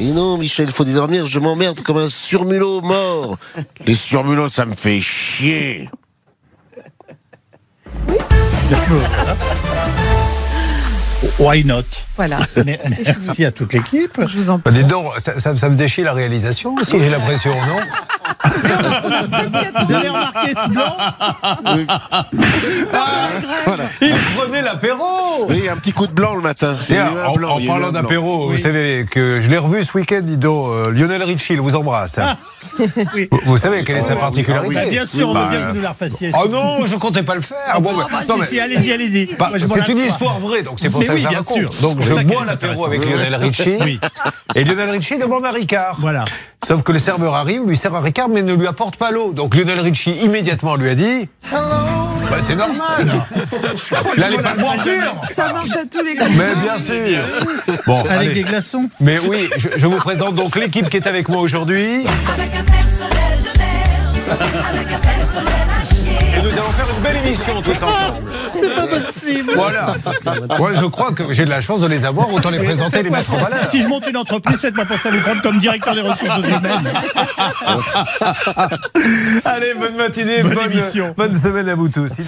Et non, Michel, il faut dormir, je m'emmerde comme un surmulot mort. Les surmulots, ça me fait chier. Why not Voilà. Mais- Merci à toute l'équipe. Je vous en prie. Bah, dis donc, ça, ça- ça me déchire la réalisation aussi, j'ai l'impression, non Vous avez remarqué ce blanc Il prenait l'apéro Oui, un petit coup de blanc le matin. Il y a Tiens, eu un en, blanc, en il y a eu parlant un blanc. d'apéro, vous savez que je l'ai revu ce week-end, dis donc, euh, Lionel Richie, il vous embrasse. hein. oui. vous, vous savez quelle est sa Ah oui, particularité ah oui, Bien sûr, Ah, on Bah, veut bien que nous la refassiez. Oh non, je comptais pas le faire. Bon, bah, Si, non, mais- si, allez-y, allez-y. Bah, Moi, je m'en c'est une lasse pas. histoire vraie, donc c'est pour Mais ça que oui, je la bien raconte. sûr. Donc C'est je ça qui bois est l'apéro intéressant. avec Lionel Richie. Oui. Et Lionel Richie demande un Ricard. Voilà. Sauf que le serveur arrive, lui sert un Ricard, mais ne lui apporte pas l'eau. Donc Lionel Richie immédiatement lui a dit Bah, C'est normal. Là, les pas boire pur. Ça marche à tous les coups. Mais bien sûr. Bon, Avec des allez. glaçons. Mais oui, je, je vous présente donc l'équipe qui est avec moi aujourd'hui. Avec un personnel de merde, avec un personnel à chier. Et nous allons faire une belle émission tous ensemble. C'est pas possible. Voilà. Ouais, je crois que j'ai de la chance de les avoir, autant les présenter et les mettre en valeur. Si, si je monte une entreprise, faites-moi pour ça vous prendre comme directeur des ressources humaines. Allez, bonne matinée, bonne, émission. bonne semaine à vous tous.